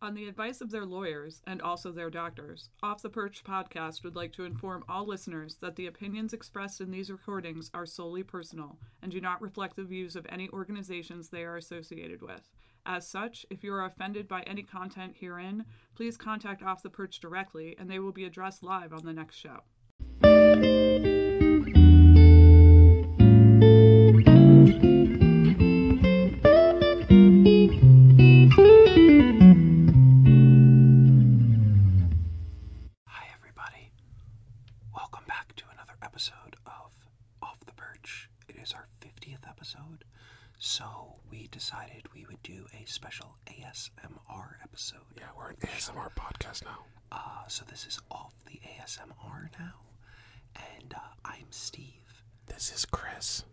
On the advice of their lawyers and also their doctors, Off the Perch podcast would like to inform all listeners that the opinions expressed in these recordings are solely personal and do not reflect the views of any organizations they are associated with. As such, if you are offended by any content herein, please contact Off the Perch directly and they will be addressed live on the next show. Hi, everybody. Welcome back to another episode of Off the Perch. It is our 50th episode, so we decided we would do a special ASMR episode. Yeah, we're an ASMR podcast now. Uh, so this is Off the ASMR now, and uh, I'm Steve. This is Chris.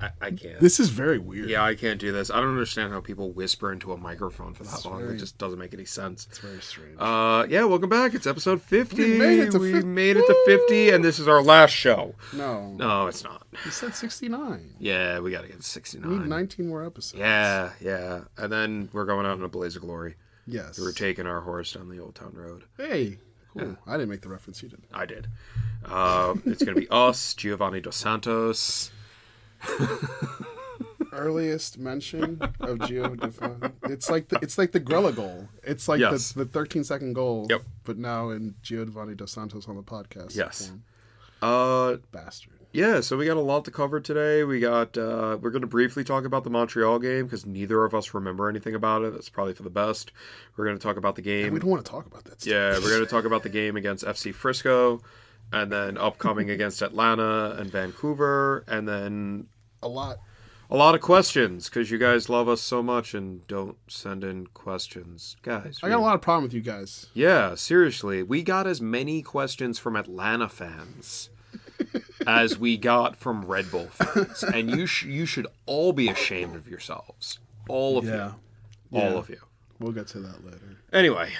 I, I can't. This is very weird. yeah, I can't do this. I don't understand how people whisper into a microphone for that long. It just doesn't make any sense. It's very strange. Uh, yeah, welcome back. It's episode 50. We made it to We fif- made it to 50, and this is our last show. no, No, it's not. you said 69. Yeah, we got to get to We need 69. 19 more episodes. Yeah, yeah. And then we're going out in a blaze of glory. Yes. We're taking our horse down the Old Town Road. hey, cool. I didn't make the reference. You did. I did. Uh, it's going to be us, Giovanni Dos Santos. Earliest mention of Geo Define. It's like the, it's like the Grella goal. It's like Yes. the, the 13 second goal. Yep. But now in Giovanni Dos Santos on the podcast. Yes. form. Uh, Bastard. Yeah, so we got a lot to cover today. We got uh, we're going to briefly talk about the Montreal game because neither of us remember anything about it. That's probably for the best. We're going to talk about the We game. don't want to talk about that. stuff. Yeah, we're going to talk about the game against FC Frisco, and then upcoming against Atlanta and Vancouver, and then A lot. a lot of questions because you guys love us so much and don't send in questions, guys. I got a lot of problem with you guys. Yeah, seriously. We got as many questions from Atlanta fans as we got from Red Bull fans. And you sh- you should all be ashamed of yourselves. All of Yeah. you. All of you. We'll get to that later. Anyway,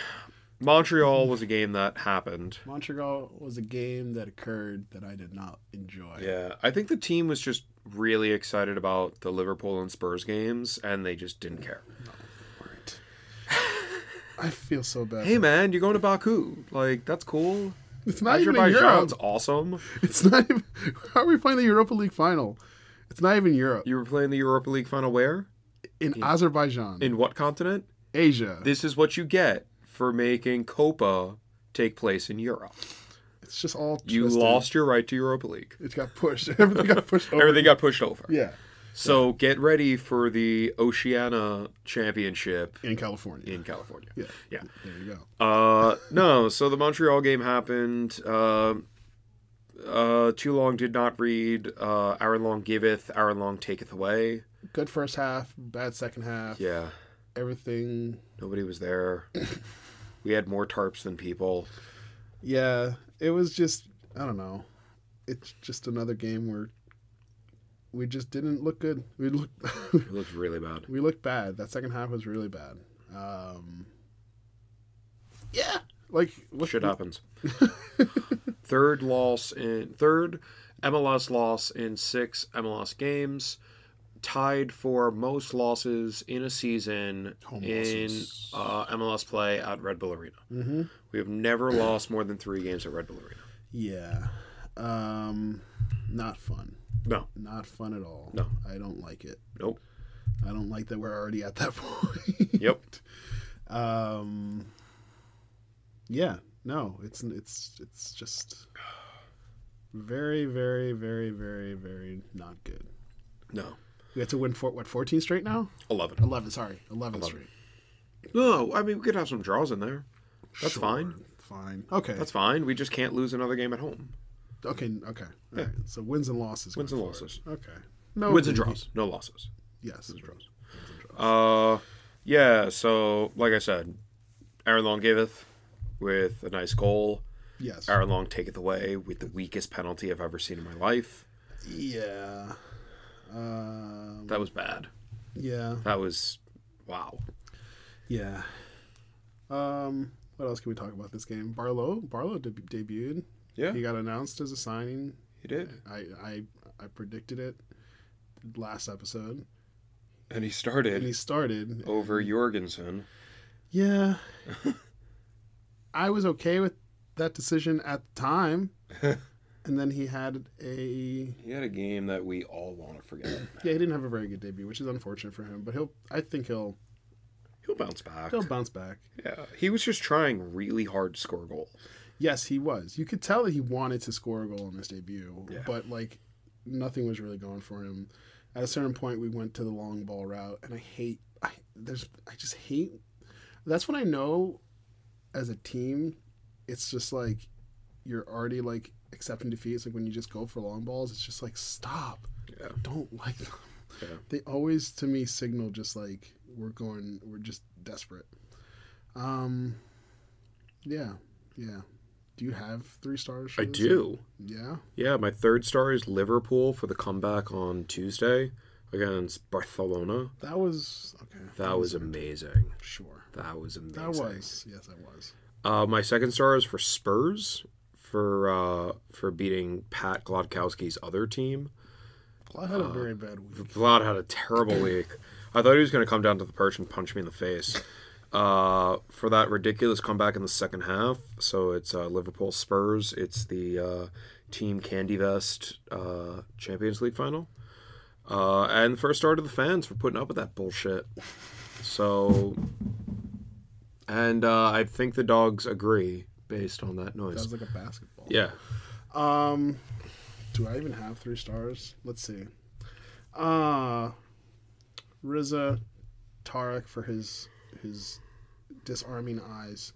Montreal was a game that happened. Montreal was a game that occurred that I did not enjoy. Yeah, I think the team was just really excited about the Liverpool and Spurs games and they just didn't care. Right. I feel so bad. Hey man, you're going to Baku. Like that's cool. it's not even in Europe. Azerbaijan's awesome. It's not even. How are we playing the Europa League final? It's not even Europe. You were playing the Europa League final where? In Azerbaijan, In what continent? Asia. this is what you get for making Copa take place in Europe. it's just all. You twisted. lost your right to Europa League. It got pushed. Everything got pushed. Over. Everything got pushed over. Yeah. So get ready for the Oceania Championship In California. in California. Yeah. Yeah. There you go. Uh, no, so the Montreal game happened. Uh, uh, too long did not read. Uh, Aaron Long giveth, Aaron Long taketh away. Good first half. Bad second half. Yeah, Everything. nobody was there. we had more tarps than people. Yeah. It was just. I don't know. It's just another game where we just didn't look good. We looked. It looked really bad. we looked bad. That second half was really bad. Um, yeah, like what Shit happens. third loss in third MLS loss in six MLS games, tied for most losses in a season Home in losses. uh, MLS play at Red Bull Arena. Mhm. We have never lost more than three games at Red Bull Arena. Yeah, um, not fun. No, Not fun at all. No. I don't like it. nope. I don't like that we're already at that point. Yep. um, yeah, no, it's it's it's just very, very, very, very, very not good. No. We have to win for what fourteen straight now? Eleven. Eleven, sorry, eleven, straight. No, I mean we could have some draws in there. That's Sure, fine. Fine. Okay. That's fine. We just can't lose another game at home. Okay, okay. All right. So wins and losses. Wins and going losses. forward. Okay. No Wins and draws. No losses. Yes. Wins and draws. Uh, yeah. So, like I said, Aaron Long giveth with a nice goal. Yes. Aaron Long taketh away with the weakest penalty I've ever seen in my life. Yeah. Um, That was bad. yeah. That was wow. Yeah. Um. What else can we talk about this game? Barlow. Barlow deb- debuted. Yeah. He got announced as a signing. He did, I I I predicted it last episode, and he and he started started. over Jorgensen. Yeah. I was okay with that decision at the time. and then he had a He had a game that we all want to forget. yeah, he didn't have a very good debut, which is unfortunate for him, but he'll I think he'll He'll bounce back. he'll bounce back. Yeah, he was just trying really hard to score a goal. Yes, he was. You could tell that he wanted to score a goal in this debut, but like nothing was really going for him. At a certain point, we went to the long ball route, and I hate. I there's. I just hate. That's when I know, as a team, it's just like you're already like accepting defeat. It's like when you just go for long balls, it's just like stop. Yeah. I don't like them. Yeah. They always to me signal just like we're going. We're just desperate. Um. Yeah. Yeah. Do you have three stars? for I this? do. Yeah. Yeah, my third star is Liverpool for the comeback on Tuesday against Barcelona. That was okay. That was amazing. Sure. That was amazing. That was yes, that was. Uh, my second star is for Spurs for uh, for beating Pat Glodkowski's other team. Clyde had a very bad week. Vlad had a terrible week. I thought he was going to come down to the perch and punch me in the face uh, for that ridiculous comeback in the second half. So it's uh, Liverpool Spurs. It's the uh, Team Candy Vest uh, Champions League final. Uh, and first star to the fans for putting up with that bullshit. So, and uh, I think the dogs agree based on that That noise. was like a basketball. Yeah. Um, do I even have three stars? Let's see. Uh Riza Tarek for his his disarming eyes.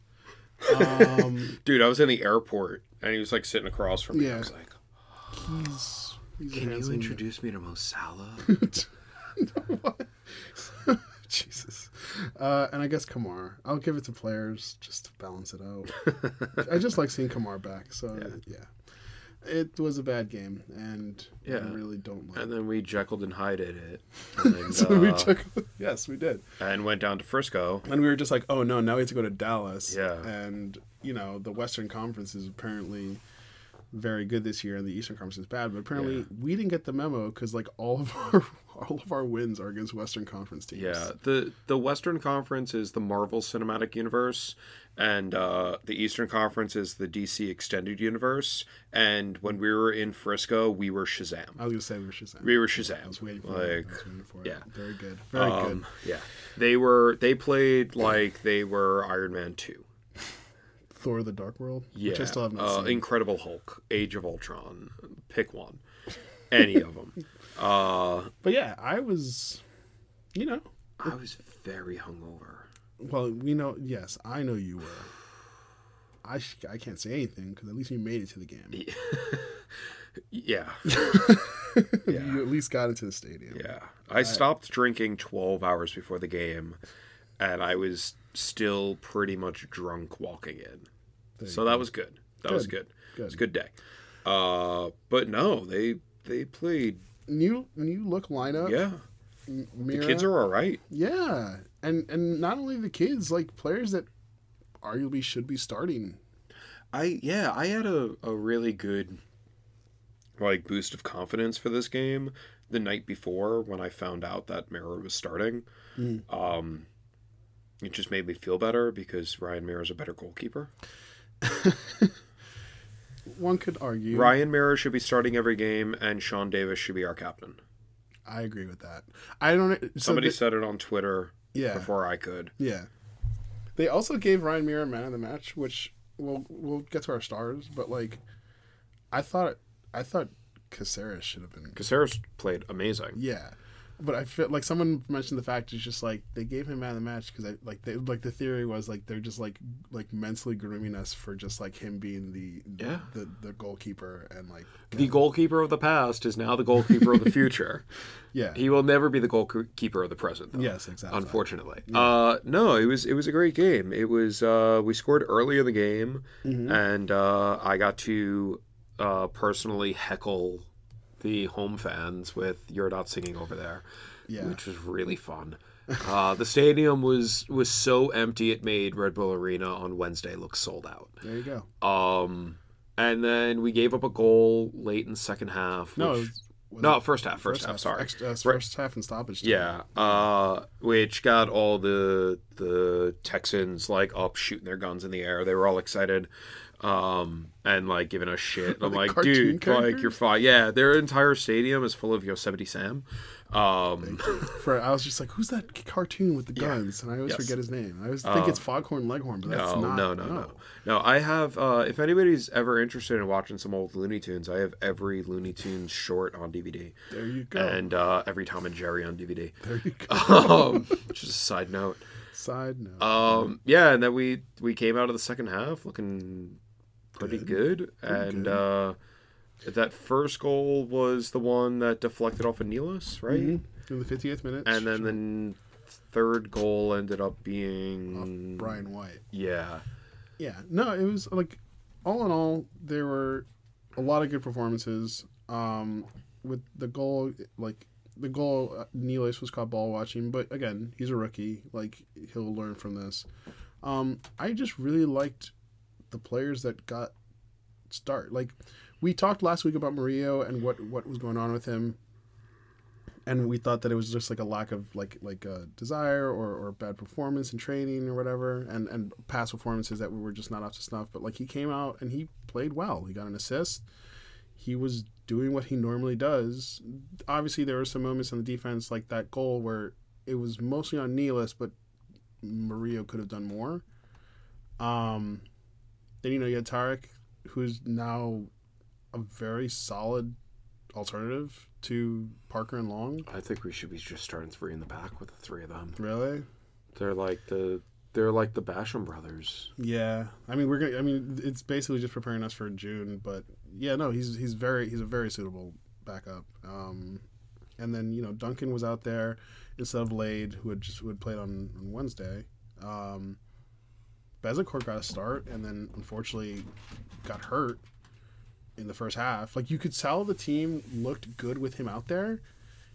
Um, Dude, I was in the airport and he was like sitting across from me. Yeah. I was like, he's, he's a can you handsome- introduce me to Mo Salah? Jesus. Uh, and I guess Kamar. I'll give it to players just to balance it out. I just like seeing Kamar back. So yeah. it was a bad game, and I Yeah. really don't like. And then we Jekylled and Hyded it. And, so uh, we took. Yes, we did. and went down to Frisco. And we were just like, oh no, now we have to go to Dallas. Yeah. And you know the Western Conference is apparently very good this year, and the Eastern Conference is bad. But apparently we didn't get the memo because like all of our all of our wins are against Western Conference teams. Yeah, the the Western Conference is the Marvel Cinematic Universe, and uh, the Eastern Conference is the DC Extended Universe. And when we were in Frisco, we were Shazam. I was gonna say we were Shazam. We were Oh, I was Shazam. waiting for it. I Like, was waiting for yeah. it. Very good. Very good. um, yeah, they were. They played like they were Iron Man two. Thor: The Dark World, Yeah. which I still have not uh, seen. Incredible Hulk, Age of Ultron, pick one, any of them. Uh, but yeah, I was, you know, I was very hungover. well, we know. Yes, I know you were. I sh- I can't say anything because at least you made it to the game. Yeah, you at least got it to the stadium. yeah. I stopped drinking 12 hours before the game, and I was still pretty much drunk walking in. so that was good. That was good. It was a good day. Uh, but no, they they played. New new look lineup. Yeah, Mira, kids are all right. yeah, and and not only the kids, like players that arguably should be starting. I yeah, I had a, a really good like boost of confidence for this game the night before when I found out that Mira was starting. Um it just made me feel better because Ryan Mira's a better goalkeeper. One could argue. Ryan Mira should be starting every game and Sean Davis should be our captain. I agree with that. I don't. so Somebody the- said it on Twitter yeah. before I could. Yeah. They also gave Ryan Mira man of the match, which we'll we'll get to our stars, but like I thought I thought Caceres should have been Caceres played amazing. Yeah. But I feel like someone mentioned the fact it's just like they gave him man of the match because I like they like the theory was like they're just like like mentally grooming us for just like him being the Yeah. the, the goalkeeper and like The goalkeeper of the past is now the goalkeeper of the future. yeah He will never be the goalkeeper of the present though. yes exactly unfortunately. Uh, no, it was it was a great game. It was uh, we scored early in the game, Mm-hmm. and uh, I got to uh, personally heckle the home fans with "You're not singing over there," yeah which was really fun. Uh, the stadium was was so empty it made Red Bull Arena on Wednesday look sold out. there you go Um, and then we gave up a goal late in the second half. no it which- was- was no, it first half, first, half, Sorry, extra, uh, first half and stoppage time. yeah, uh, which got all the the Texans like up shooting their guns in the air. They were all excited um, and like giving us shit. And I'm Like like, cartoon dude, like characters? you're fine. Yeah, their entire stadium is full of Yosemite Sam. Um, For I was just like, who's that cartoon with the guns? And I always Yes. Uh, forget his name. I always think it's Foghorn Leghorn, but that's no, not. no, no, no, no. I have. Uh, if anybody's ever interested in watching some old Looney Tunes, I have every Looney Tunes short on DVD, There you go. and uh, every Tom and Jerry on DVD. there you go. um, just a side note. Side note. Um, yeah, and then we we came out of the second half looking pretty good, and uh, that first goal was the one that deflected off of Nealis, right? In the 50th minute. And then the n- third goal ended up being Brian White. yeah, Yeah. No, it was like, all in all, there were a lot of good performances. Um, with the goal, like, the goal, uh, Nealis was caught ball watching, but again, he's a rookie. Like, he'll learn from this. Um, I just really liked the players that got start. Like we talked last week about Murillo and what what was going on with him, and we thought that it was just like a lack of like like uh, desire or, or bad performance and training or whatever, and and past performances that we were just not up to snuff. But like he came out and he played well. He got an assist. He was doing what he normally does. Obviously, there were some moments on the defense like that goal where it was mostly on Nealis, but Murillo could have done more. Um, then you know you had Tarek, who's now a very solid alternative to Parker and Long. I think we should be just starting three in the back with the three of them. Really? They're like the they're like the Basham brothers. Yeah. I mean, we're gonna. I mean, it's basically just preparing us for June. But yeah, no, he's he's very he's a very suitable backup. Um, and then you know Duncan was out there instead of Lade, who had just who had played on, on Wednesday. Um, Bezacourt got a start, and then unfortunately got hurt in the first half. Like you could tell the team looked good with him out there,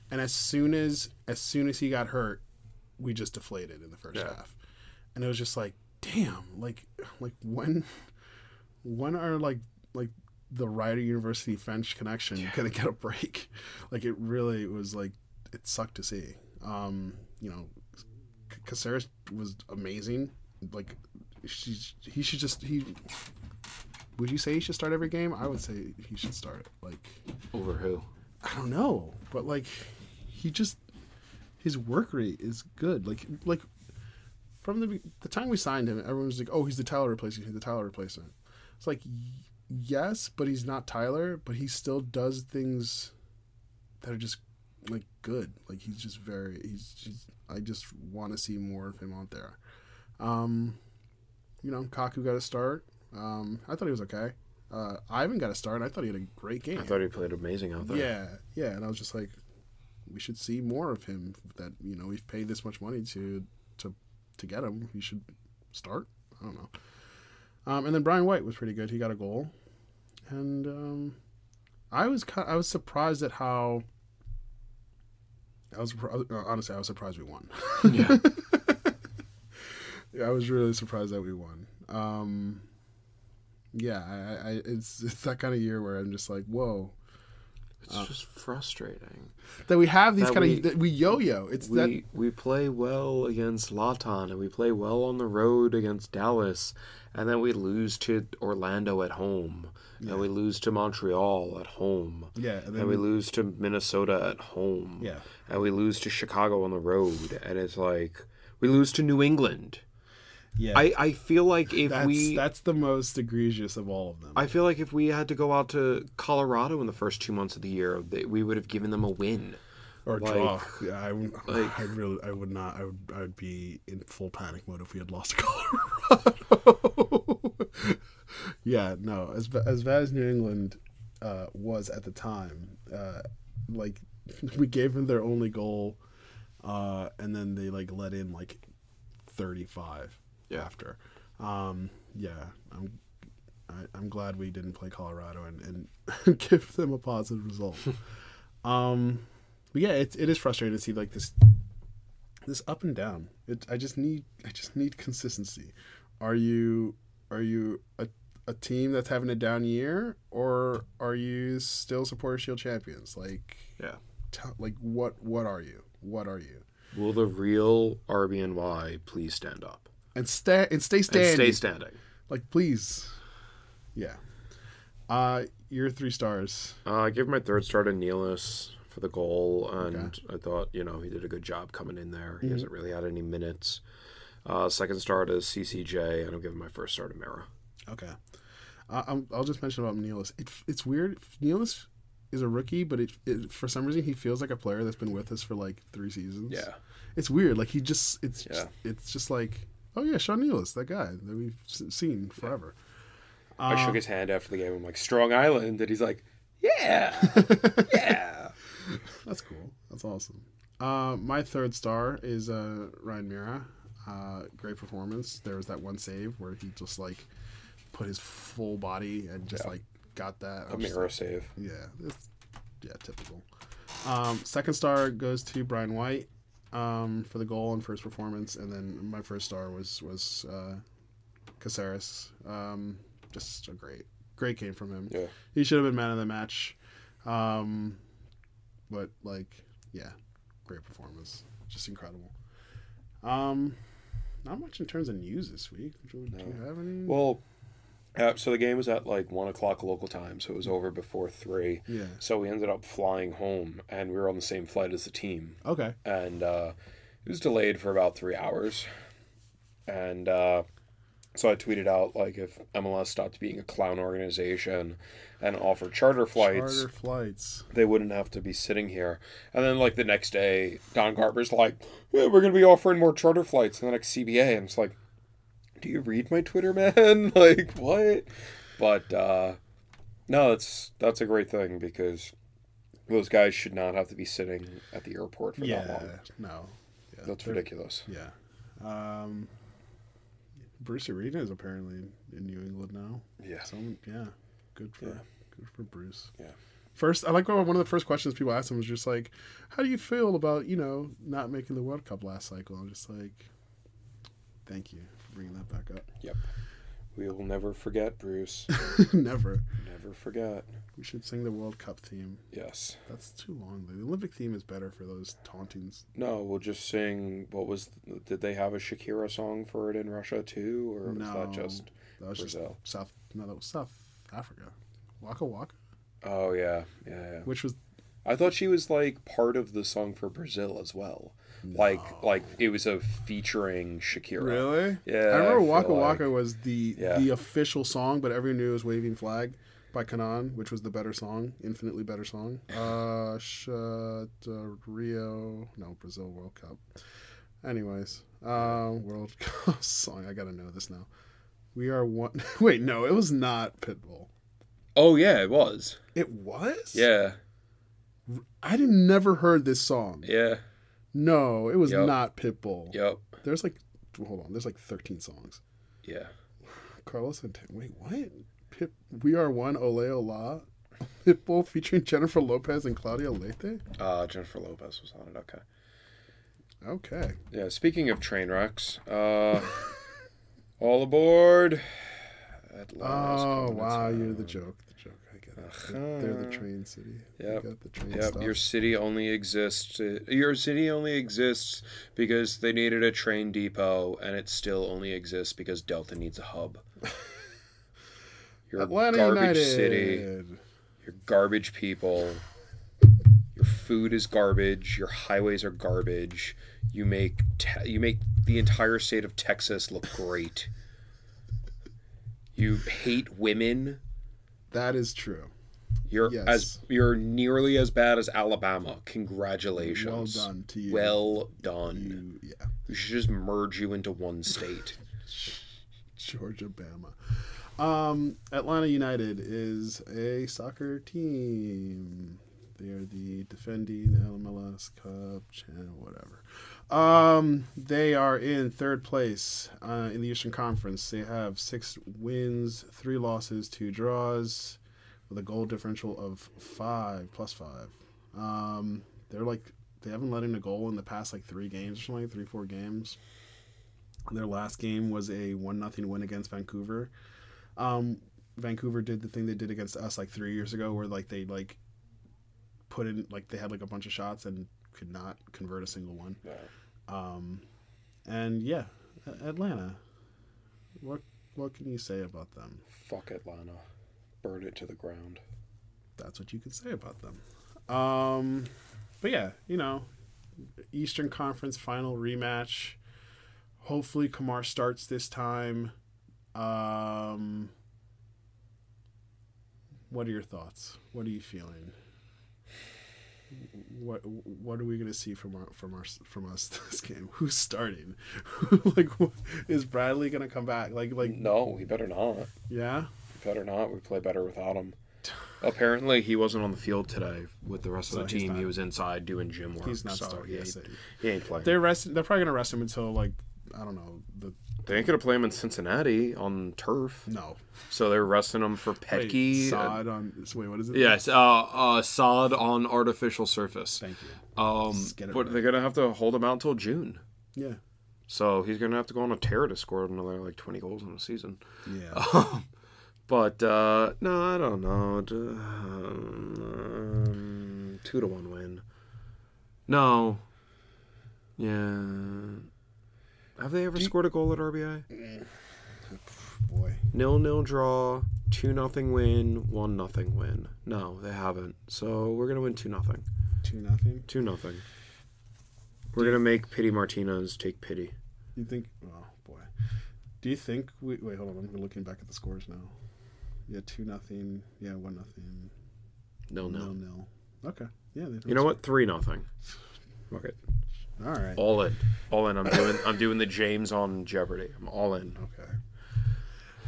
and as soon as as soon as he got hurt, we just deflated in the first Yeah. half. And it was just like, damn, like like when when are like like the Rider University French connection gonna get a break? Like it really was like it sucked to see. Um, you know, C- Caceres was amazing. Like she he should just he would you say he should start every game? I would say he should start. Like Over who? I don't know, but like he just his work rate is good. Like like from the be- the time we signed him, everyone was like, "Oh, he's the Tyler replacement. He's the Tyler replacement." It's like y- yes, but he's not Tyler, but he still does things that are just like good. Like he's just very he's just I just want to see more of him out there. Um you know, Kaku got a start. Um I thought he was okay. Uh Ivan got a start. and I thought he had a great game. I thought he played amazing out there. Yeah, yeah, and I was just like, we should see more of him. That you know we've paid this much money to to to get him. He should start. I don't know. Um, and then Brian White was pretty good. He got a goal, and um, I was ki I was surprised at how. I was surpri- uh, honestly I was surprised we won. Yeah. Yeah, I was really surprised that we won. Um, yeah, I, I it's it's that kind of year where I'm just like, whoa, It's just frustrating. that we have these That kind we- of that we yo-yo. It's We that we play well against Latan and we play well on the road against Dallas and then we lose to Orlando at home and we lose to Montreal at home. Yeah, and and we lose to Minnesota at home. Yeah. And we lose to Chicago on the road and it's like we lose to New England. yeah. I, I feel like if that's we that's the most egregious of all of them. I feel like if we had to go out to Colorado in the first two months of the year, they, we would have given them a win. or like- draw. Yeah, I, would- I really I would not. I would I would be in full panic mode if we had lost to Colorado. yeah, no. As ba- as bad as New England uh, was at the time, uh, like we gave them their only goal, uh, and then they like let in like thirty five Yeah. after. Um, yeah, I'm I, I'm glad we didn't play Colorado and, and give them a positive result. um, but yeah, it's it is frustrating to see like this this up and down. It, I just need I just need consistency. Are you are you a a team that's having a down year, or are you still supporter shield champions? Like Yeah. tell, like what what are you? What are you? Will the real RBNY please stand up and stay and stay and standing. stay standing? like please, yeah. Uh, your three stars. Uh, I give my third star to Nealis for the goal, and I thought you know he did a good job coming in there. He hasn't really had any minutes. Uh, second star to CCJ, and I'm giving my first star to Mara. Okay. I, I'm, I'll just mention about Nealis. It, it's weird. Nealis is a rookie, but it, it for some reason he feels like a player that's been with us for like three seasons. Yeah. It's weird. Like he just it's Yeah. just, it's just like oh yeah, Sean Nealis, that guy that we've s- seen forever. I shook his hand after the game. I'm like Strong Island, and he's like, yeah, yeah. That's cool. That's awesome. Uh, my third star is uh, Ryan Mira. Uh, great performance. There was that one save where he just like put his full body and just like got that. A I'm just Mara save. Yeah, it's, yeah, typical. Um, second star goes to Brian White um, for the goal and first performance, and then my first star was was uh, Caceres. Um, just a great, great game from him. Yeah. He should have been man of the match, um, but like, yeah, great performance, just incredible. Um, not much in terms of news this week. Do, do you have any? Well, uh, so the game was at like one o'clock local time, so it was over before three. Yeah. So we ended up flying home, and we were on the same flight as the team, Okay. and uh, it was delayed for about three hours, and uh, so I tweeted out like if MLS stopped being a clown organization and offered charter flights, Charter flights. they wouldn't have to be sitting here. And then like the next day, Don Garber's like, "Yeah, "We're gonna be offering more charter flights in the next CBA," and it's like, "Do you read my Twitter, man? like what?" But uh, no, that's that's a great thing because those guys should not have to be sitting at the airport for that long. Yeah. No. Yeah, That's they're- ridiculous. Yeah. Um, Bruce Arena is apparently in New England now. Yeah. So yeah, good for good for Bruce. Yeah. First, I like how one of the first questions people asked him was just like, "How do you feel about you know not making the World Cup last cycle?" I'm just like, "Thank you for bringing that back up." Yep. We will never forget, Bruce. Never. never forget. We should sing the World Cup theme. Yes. That's too long. The Olympic theme is better for those tauntings. No, we'll just sing. What was? Did they have a Shakira song for it in Russia too, or was No, that just that was just Brazil? South. No, that was South Africa. Waka Waka, Oh yeah, yeah. yeah. which was I thought she was like part of the song for Brazil as well. Like, like it was a featuring Shakira. Really? Yeah, I I remember feel Waka like- Waka was the Yeah. the official song, but everyone knew it was Waving Flag by Kanan, which was the better song, infinitely better song. Uh, sh- uh d- Rio, no Brazil World Cup. Anyways, uh, World Cup song. I gotta know this now. We are one. Wait, no, it was not Pitbull. Oh yeah, it was. It was. Yeah, I did never heard this song. yeah, No, it was Yup. not Pitbull. yep, There's like, hold on. There's like 13 songs. yeah. Carlos and Tim. Wait, what? Pip, we are one. Ole Ola. Pitbull featuring Jennifer Lopez and Claudia Leite. Uh, Jennifer Lopez was on it. Okay. Okay. Yeah. Speaking of train wrecks, uh, all aboard. Atlanta's Oh coming wow, into you're the town. joke. The joke. I get it. They're the train city. They Uh-huh. Yep. got the train Yep, stuff. your city only exists. Your city only exists because they needed a train depot, and it still only exists because Delta needs a hub. Your Atlanta garbage United. city, your garbage people, your food is garbage. Your highways are garbage. You make te- you make the entire state of Texas look great. You hate women. That is true. You're Yes. as you're nearly as bad as Alabama. Congratulations. Well done to you. Well done. You- yeah. We should just merge you into one state. Georgia Bama. Um, Atlanta United is a soccer team. They are the defending MLS Cup champ, whatever. Um, they are in third place uh, in the Eastern Conference. They have six wins, three losses, two draws, with a goal differential of five plus five. Um, they're like they haven't let in a goal in the past like three games or something, three four games. Their last game was a one nothing win against Vancouver. Um, Vancouver did the thing they did against us like three years ago, where like they like put in like they had like a bunch of shots and could not convert a single one. Um, and yeah, A- Atlanta. What what can you say about them? Fuck Atlanta. Burn it to the ground. That's what you can say about them. Um, but yeah, you know, Eastern Conference final rematch. Hopefully, Kamar starts this time. Um, what are your thoughts? What are you feeling? What what are we gonna see from our from our from us this game? Who's starting? like, wh- is Bradley gonna come back? Like, like, No, he better not. He yeah. better not. We play better without him. Apparently, he wasn't on the field today with the rest of the he's team. not- He was inside doing gym work. He's not so starting. He, Yes, ain't- they- he ain't playing. They're, They're arresting. They're probably gonna arrest him until like I don't know the they ain't gonna play him in Cincinnati on turf. no. So they're arresting him for Wait, Petke. uh, sod on. Wait, what is it? Yes, uh, uh, sod on artificial surface. Thank you. Um, Just get it but right. they're gonna have to hold him out until June. Yeah. So he's gonna have to go on a tear to score another like twenty goals in the season. Yeah. But uh, no, I don't know. D- Um, two to one win. No. Yeah. Have they ever scored a goal at RBI? Boy. Nil nil draw, two nothing win, one nothing win. No, they haven't. So we're gonna win two nothing. Two nothing. Two nothing. We're gonna make Pity Martinez take pity. You think? Oh boy. Do you think we? Wait, hold on. I'm looking back at the scores now. Yeah, two nothing. Yeah, one nothing. Nil nil. Nil nil. Okay. Yeah. They You know what? Three nothing. Fuck it. All right. All in. All in. I'm doing. I'm doing the James on Jeopardy. I'm all in. Okay.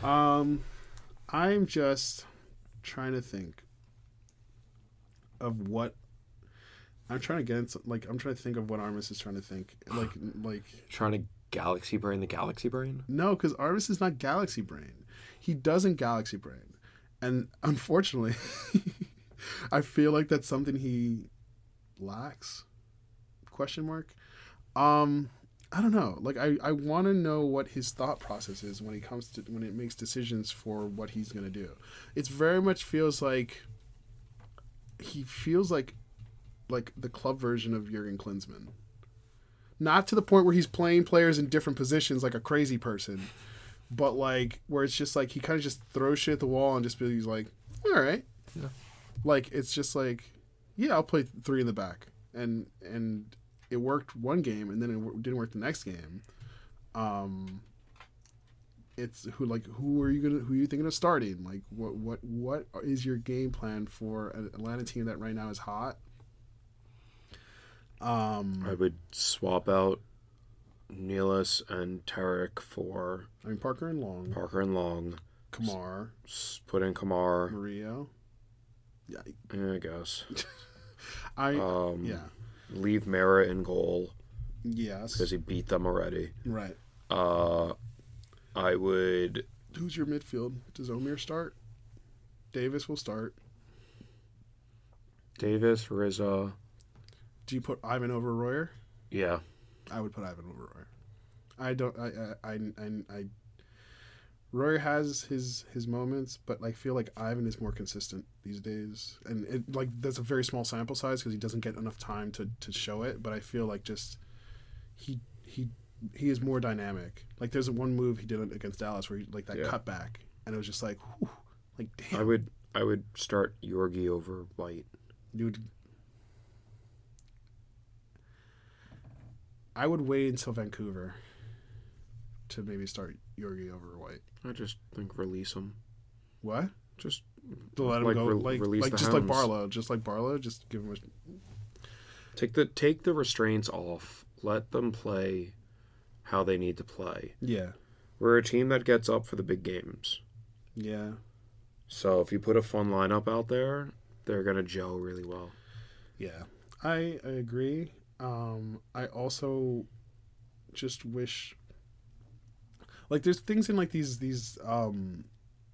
Um, I'm just trying to think of what I'm trying to get. Into, like, I'm trying to think of what Armis is trying to think. Like, like Trying to galaxy brain the galaxy brain. no, because Armis is not Galaxy Brain. He doesn't Galaxy Brain, and unfortunately, I feel like that's something he lacks. Question mark. Um, I don't know. Like, I I want to know what his thought process is when he comes to when it makes decisions for what he's gonna do. It's very much feels like he feels like like the club version of Jurgen Klinsmann not to the point where he's playing players in different positions like a crazy person, but like where it's just like he kind of just throws shit at the wall and just be he's like, all right, like it's just like, yeah, I'll play three in the back, and and it worked one game, and then it w- didn't work the next game. Um, it's who like who are you gonna who are you thinking of starting? Like what what what is your game plan for an Atlanta team that right now is hot? Um, I would swap out Neelis and Tarek for I mean Parker and Long, Parker and Long. Kamar, S- Put in Kamar. Mario. Yeah, Yeah, I guess. I Um, yeah Leave Mara in goal yes because he beat them already. right. Uh, I would. Who's your midfield? Does Omir start? Davis will start. Davis, Rizza. Do you put Ivan over Royer? Yeah. I would put Ivan over Royer. I don't. I I I. I, I Royer has his his moments, but like feel like Ivan is more consistent these days, and it, like that's a very small sample size because he doesn't get enough time to to show it. But I feel like just he he he is more dynamic. Like there's one move he did against Dallas where he like that Yeah. cutback, and it was just like, whew, like damn, I would. I would start Yorgi over White. you would. I would wait until Vancouver to maybe start Yorgi over White. I just think release him. What? Just To let him Like, go, re- like, release like the just like hounds. Barlow, just like Barlow, just give him a. take the take the restraints off. Let them play how they need to play. Yeah, We're a team that gets up for the big games. yeah. So if you put a fun lineup out there, they're gonna gel really well. Yeah, I, I agree. Um, I also just wish, like, there's things in like these these um,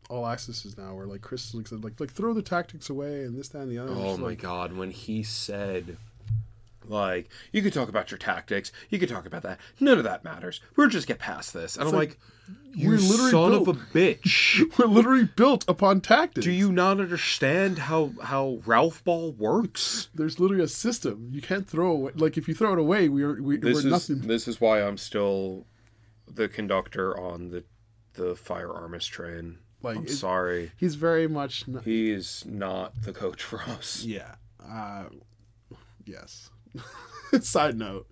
all accesses now where like Chris looks at like like throw the tactics away and this that and the other. It's Oh just my like, god, when he said Like you could talk about your tactics, you could talk about that. None of that matters. We're just get past this. And I'm like, you we're literally son built- of a bitch. We're literally built upon tactics. Do you not understand how how Ralph Ball works? There's literally a system. You can't throw away. Like if you throw it away, we are we, This we're is nothing. this is why I'm still the conductor on the the firearmist train. Like, I'm it- sorry, He's very much. Not, he is not the coach for us. yeah. Uh, yes. Side note.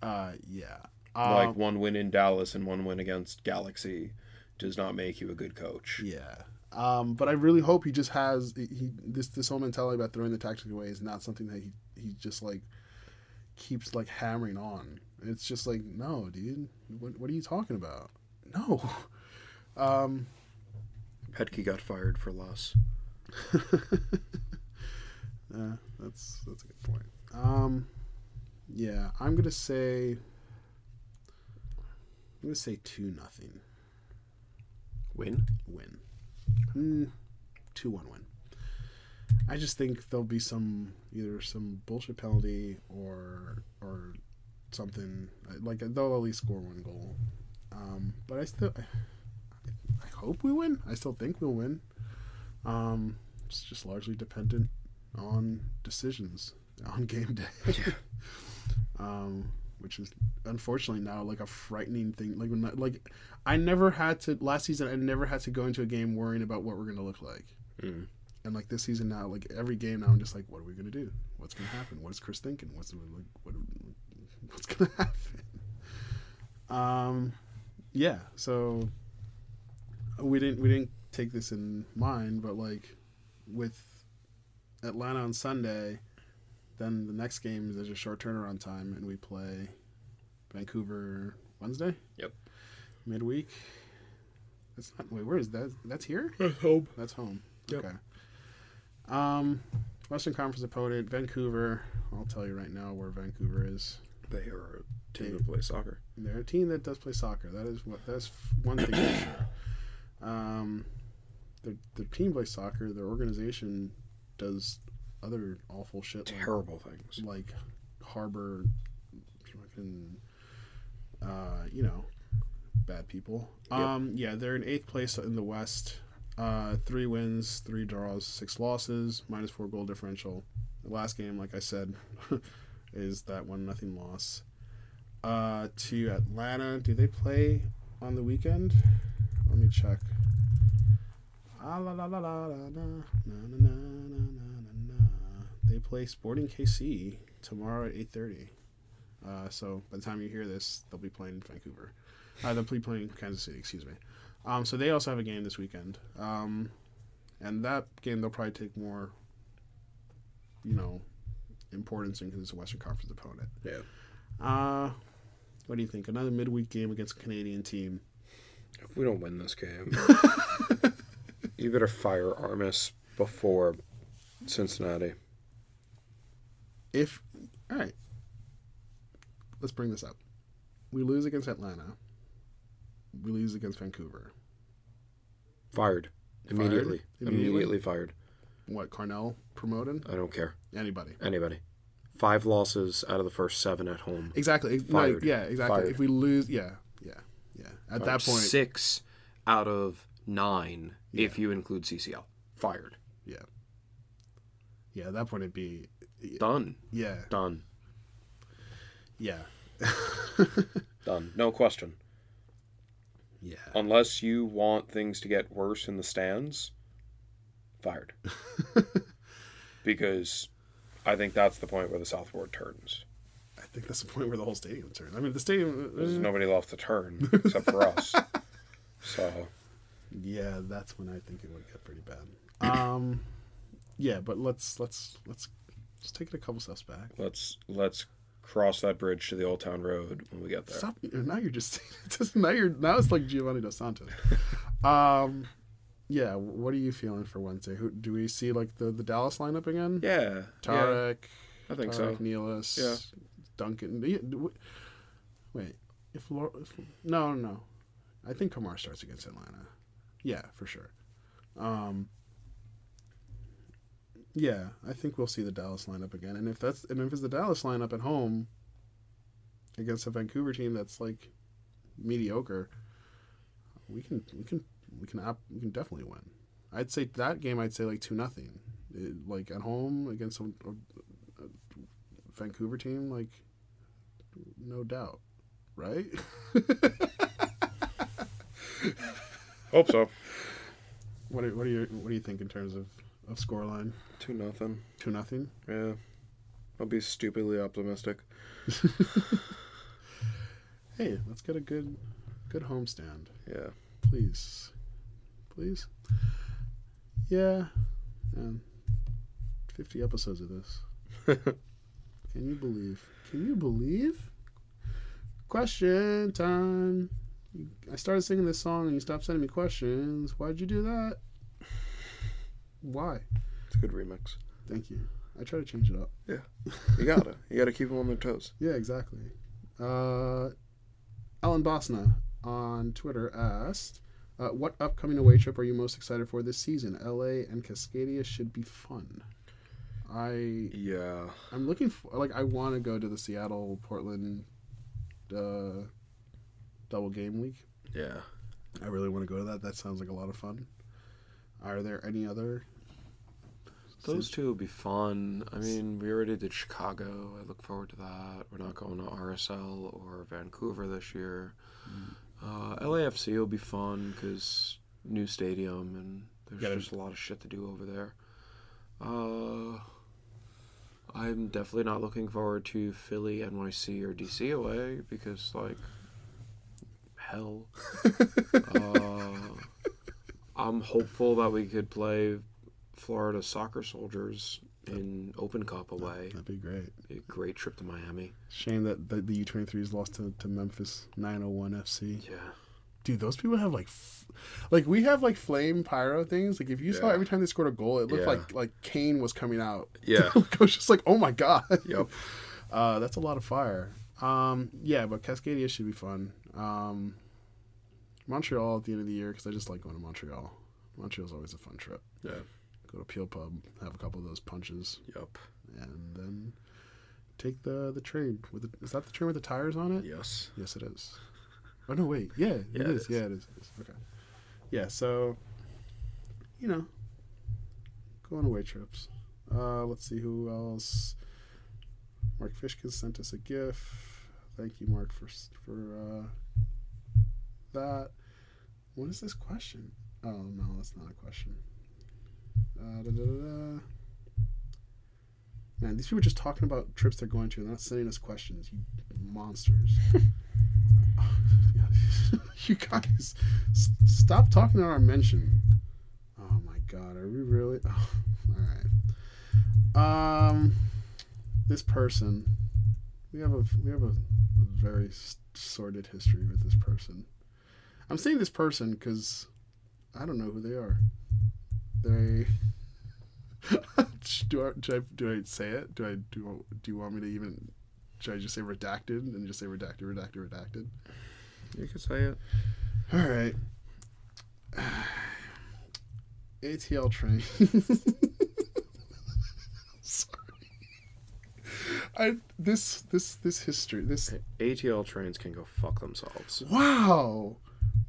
Uh, yeah. Um, like one win in Dallas and one win against Galaxy does not make you a good coach. Yeah. Um, but I really hope he just has he this this whole mentality about throwing the tactics away is not something that he he just like keeps like hammering on. It's just like no, dude. What what are you talking about? No. Um, Petke got fired for less. yeah, that's that's a good point. Um, yeah, I'm gonna say. I'm gonna say two nothing Win? win. Mm, two one win. I just think there'll be some either some bullshit penalty or or something like they'll at least score one goal. Um, but I still I, I hope we win. I still think we'll win. Um, it's just largely dependent on decisions on game day. um, which is unfortunately now like a frightening thing. Like when like I never had to last season. I never had to go into a game worrying about what we're gonna look like. Mm. And like this season now, like every game now, I'm just like, what are we gonna do? What's gonna happen? What is Chris thinking? What's like, what, what's gonna happen? Um, yeah. So we didn't we didn't take this in mind, but like with Atlanta on Sunday, then the next game there's a short turnaround time, and we play Vancouver Wednesday. Yep. Midweek. That's not. Wait, where is that? That's here. Hope. That's home. Yep. Okay. Um, Western Conference opponent Vancouver. I'll tell you right now where Vancouver is. They are a team that plays soccer. They're a team that does play soccer. That is what. That's one thing for sure. Um, the the team plays soccer. Their organization does other awful shit. like- Terrible things. like harbor fucking uh you know bad people Yep. um yeah they're in eighth place in the west uh three wins three draws six losses minus four goal differential the last game like i said is that one nothing loss uh to atlanta do they play on the weekend let me check Ah, la, la, la, la, la, na, na, na, na, na, na, na. They play Sporting KC tomorrow at 8.30. Uh, so by the time you hear this, they'll be playing Vancouver. Uh, they'll be playing Kansas City, excuse me. Um, so they also have a game this weekend. Um, and that game, they'll probably take more, you know, importance in because it's a Western Conference opponent. Yeah. Uh, what do you think? Another midweek game against a Canadian team. If we don't win this game, you better fire Armis before Cincinnati. if all right let's bring this up we lose against atlanta we lose against vancouver Fired. Immediately. Fired? Immediately. Immediately? fired. what carnell promoted I don't care. anybody Anybody. Five losses out of the first seven at home. exactly No, Fired. yeah exactly Fired. if we lose yeah yeah yeah at that point Six out of nine if you include CCL. Fired. yeah yeah at that point it'd be Done. yeah Done. yeah Done. No question. yeah Unless you want things to get worse in the stands, fired. because I think that's the point where the southward turns. i think that's the point where the whole stadium turns i mean the stadium There's nobody left to turn except for us. So Yeah, that's when I think it would get pretty bad. Um, yeah, but let's let's let's just take it a couple steps back. let's let's cross that bridge to the old town road when we get there. Stop! Now you're just saying it doesn't- now you're now it's like Giovanni Dos Santos. Um, yeah, what are you feeling for Wednesday? Who do we see like the the Dallas lineup again? Yeah. yeah, Tarek, I think so. Tarek Nealis, Yeah. Duncan. yeah, do we- Wait, if, Lau- if no no, I think Kamar starts against Atlanta. Yeah, for sure. Um, Yeah, I think we'll see the Dallas lineup again. And if that's and if it's the Dallas lineup at home against a Vancouver team that's like mediocre, we can we can we can op, we can definitely win. I'd say that game. I'd say like two nothing, It- like at home against a, a- a Vancouver team. Like, no doubt, right? Hope so. what are, what are your what do you think in terms of of scoreline? Two nothing. Two nothing. Yeah. I'll be stupidly optimistic. Hey, let's get a good good homestand. Yeah. please, please. Yeah, man. Fifty episodes of this. can you believe? Can you believe? Question time. I started singing this song and you stopped sending me questions. Why'd you do that? Why? It's a good remix. Thank you. I try to change it up. You gotta. you gotta keep them on their toes. Yeah, exactly. Uh, Alan Bosna on Twitter asked, uh, "What upcoming away trip are you most excited for this season? L.A. and Cascadia should be fun." I Yeah. I'm looking for like I want to go to the Seattle Portland uh, double game week. Yeah. I really want to go to that. That sounds like a lot of fun. Are there any other? Those two would be fun. I mean, we already did Chicago. I look forward to that. We're not going to RSL or Vancouver this year. Uh, LAFC will be fun because new stadium and there's Gotta- just a lot of shit to do over there. Uh, I'm definitely not looking forward to Philly, NYC, or DC away because, like, hell. uh, I'm hopeful that we could play Florida Soccer Soldiers in Open Cup away. That'd be great. A great trip to Miami. Shame that the, the U23s lost to, to Memphis 901 FC. Yeah. dude, those people have like, f- like we have like flame pyro things. Like if you saw Yeah. every time they scored a goal, it looked Yeah. like like Kane was coming out. Yeah. I was just like, oh my god. Yep. Uh, that's a lot of fire. Um, yeah, but Cascadia should be fun. Um, Montreal at the end of the year because I just like going to Montreal. Montreal's always a fun trip. Yeah. Go to Peel Pub, have a couple of those punches, Yep. and then take the the train with the, is that the train with the tires on it? Yes. Yes, it is. Oh no, wait. Yeah, Yeah, it it is. is. Yeah, it is. It is. Okay. Yeah. So, you know, go on away trips. Uh, let's see who else. Mark Fishkin sent us a GIF. Thank you, Mark, for s- for uh, that. What is this question? Oh no, that's not a question. Uh, da, da, da, da. Man, these people are just talking about trips they're going to. and They're not sending us questions. You monsters. you guys, s- stop talking on our mention. Oh my god, are we really? Oh, all right. Um, this person, we have a we have a very s- sordid history with this person. I'm saying this person because I don't know who they are. They. do, I, do I do I say it? Do I do do you want me to even? Should I just say redacted and just say redacted, redacted, redacted? You can say it. All right. ATL train. Sorry. I this this this history this ATL trains can go fuck themselves. wow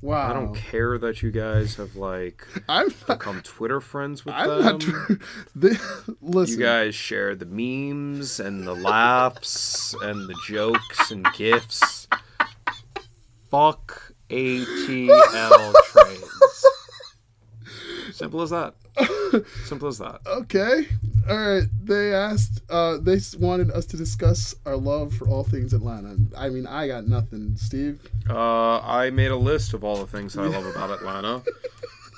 wow I don't care that you guys have like I'm not, become Twitter friends with I'm them. not tr- the, you listen guys share the memes and the laughs and the jokes and gifs. Fuck ATL trains. Simple as that. Simple as that. okay all right they asked uh they s- wanted us to discuss our love for all things Atlanta I mean I got nothing Steve Uh, I made a list of all the things that I love about Atlanta.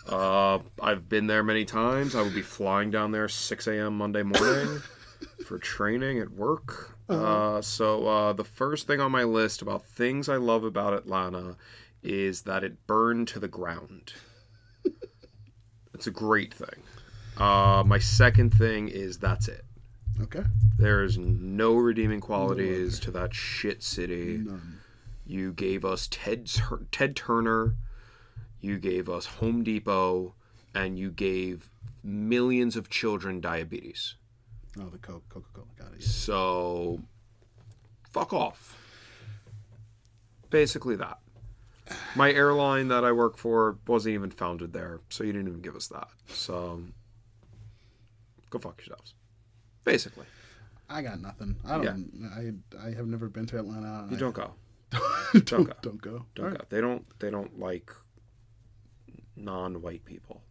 Uh, I've been there many times. I would be flying down there 6 a.m. Monday morning for training at work. Uh, so uh, the first thing on my list about things I love about Atlanta is that it burned to the ground. It's a great thing. Uh, my second thing is that's it. okay There is no redeeming qualities to that shit city. none You gave us Ted Tur- Ted Turner. You gave us Home Depot. and you gave millions of children diabetes. Oh, the Coke, Coca Cola got it. So, fuck off. Basically, that. My airline that I work for wasn't even founded there, so you didn't even give us that. So, go fuck yourselves. Basically, I got nothing. I don't. I I have never been to Atlanta. you don't go. I, don't go. don't go. Don't All right. go. They don't. They don't like non-white people.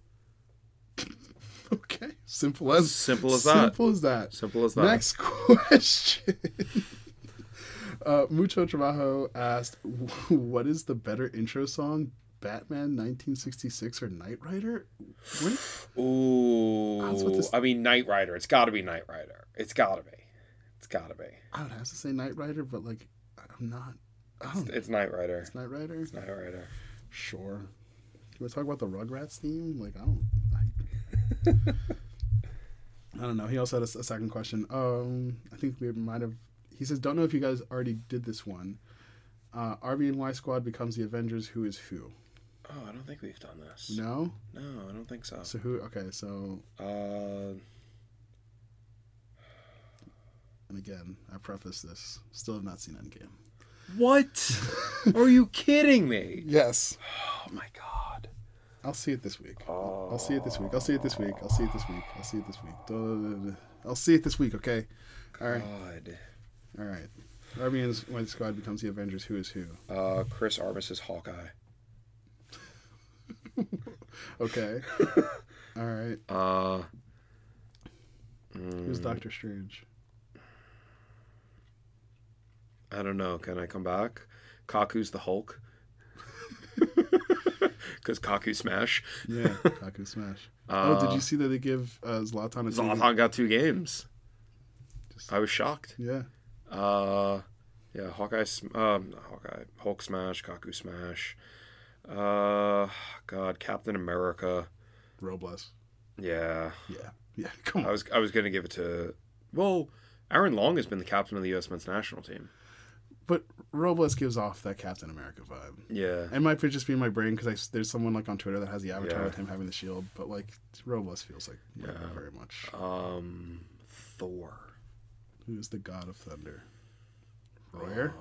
Okay. Simple as Simple as that. Simple as that. Simple as that. Next question. Uh, Mucho Trabajo asked, "What is the better intro song, Batman 1966 or Knight Rider?" When- Ooh, That's what this- I mean, Knight Rider. It's got to be Knight Rider. It's got to be. It's got to be. I would have to say Knight Rider, but like, I'm not. I don't. It's, it's Knight Rider. It's Knight Rider. It's Knight Rider. Sure. Can we talk about the Rugrats theme? Like, I don't. I, I don't know. He also had a, s- a second question. Um, I think we might have. He says, "Don't know if you guys already did this one." Uh, RBNY Squad becomes the Avengers. Who is who? Oh, I don't think we've done this. No. No, I don't think so. So who? Okay. So Uh, and again, I preface this. Still have not seen Endgame. what? Are you kidding me? Yes. Oh my god. I'll see it this week. I'll I'll see it this week. I'll see it this week. I'll see it this week. I'll see it this week. Duh, duh, duh, duh. I'll see it this week. Okay. All right. God. All right. Armin's White Squad becomes the Avengers. Who is who? Uh, Chris Armis is Hawkeye. Okay. All right. Uh, Who's Doctor Strange? I don't know. Can I come back? Kaku's the Hulk. Because Kaku smash. Yeah, Doctor Smash. oh, did you see that they give uh, Zlatan a TV? Uh, Zlatan got two games. Just- I was shocked. Yeah. Uh, yeah, Hawkeye, sm- um, not Hawkeye, Hulk smash, Kaku smash. Uh, God, Captain America. Robles. Yeah, Yeah. Yeah. Come I on. was I was gonna give it to. Well, Aaron Long has been the captain of the U.S. men's national team. But Robles gives off that Captain America vibe. Yeah, It might just be in my brain because there's someone like on Twitter that has the avatar Yeah. with him having the shield, but like Robles feels like like, Yeah. very much. um, Thor. Who's the god of thunder? Royer?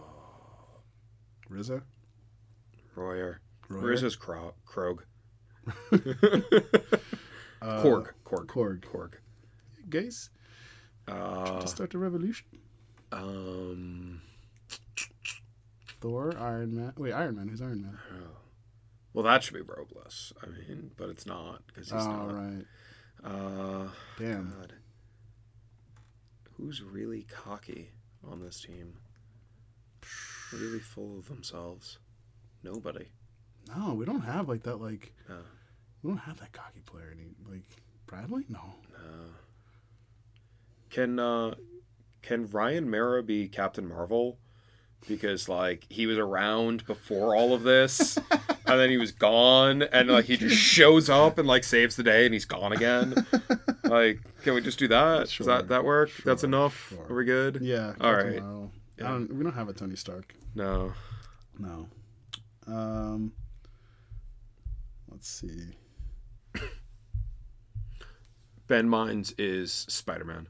Rizzo? Royer. Royer? Where's his Kro- Krog? Uh, Korg. Korg. Korg. Korg. Guys, Uh, to start a revolution. um. Thor, Iron Man. Wait, Iron Man. Who's Iron Man? Well, that should be Robles. I mean, but it's not because he's All not. Oh, right. Uh, Damn. God. Who's really cocky on this team? Really full of themselves? Nobody. Uh. No, we don't have like that. Like No. we don't have that cocky player. Any like Bradley? No. No. Uh, Can uh, can Ryan Mara be Captain Marvel? Because like he was around before all of this, and then he was gone, and like he just shows up and like saves the day, and he's gone again. like, can we just do that? Sure, Does that that work? That's sure, enough. sure. Are we good? Yeah. All Captain right. Marvel. I Yeah. don't- we don't have a Tony Stark. No. No. Um. Let's see. Ben Mines is Spider Man.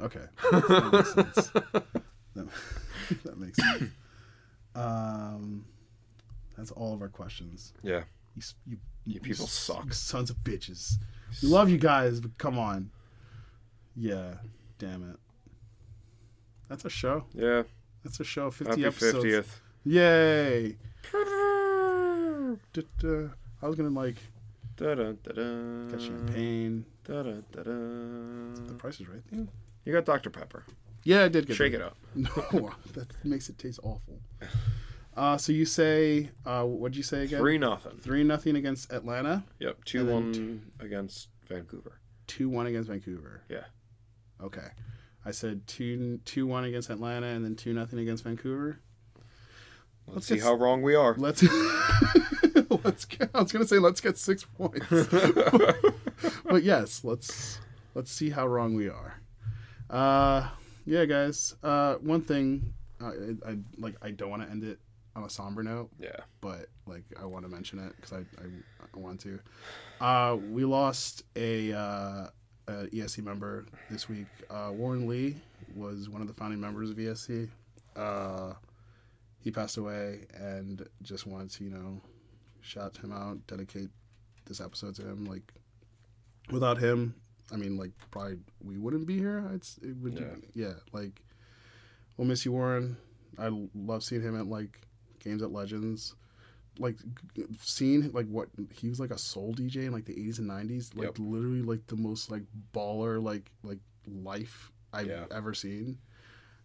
Okay. That makes sense. that, that makes sense. Um. That's all of our questions. Yeah. You, s- you, You people s- suck. you sons of bitches. We love you guys, but come on. Yeah, damn it. That's a show. Yeah. That's a show. 50 Happy episodes. fiftieth. Yay. Du-du. I was going to like get champagne. The price is right thing? You got Dr. Pepper. Yeah, I did get Mm. Shake that. it up. No, that makes it taste awful. Uh, so you say, uh, what'd you say again? Three nothing. Three nothing against Atlanta, Yep. Two And then one against Vancouver. two one against Vancouver. Yeah. Okay. I said two two one against Atlanta and then two nothing against Vancouver. Let's, Let's see get how wrong we are. Let's let's get, I was gonna say let's get six points, but, yes, let's let's see how wrong we are. Uh, yeah, guys. Uh, one thing, uh, I, I like. I don't want to end it on a somber note, Yeah. but like I want to mention it because I, I, I want to. Uh, we lost a, uh, a ESC member this week. Uh, Warren Lee was one of the founding members of ESC. Uh, he passed away, and just wanted to you know shout him out, dedicate this episode to him. Like without him, I mean, like probably we wouldn't be here. It's it would yeah. Yeah. like we'll miss you, Warren. I love seeing him at like games at Legends. Like g- g- seeing like what he was like a soul DJ in like the 80s and 90s, like Yep. literally like the most like baller like like life I've Yeah. ever seen.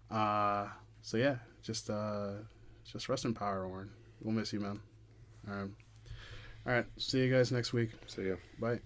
Uh so yeah, just uh just rest in power, Warren. We'll miss you, man. All right. All right. See you guys next week. See ya. Bye.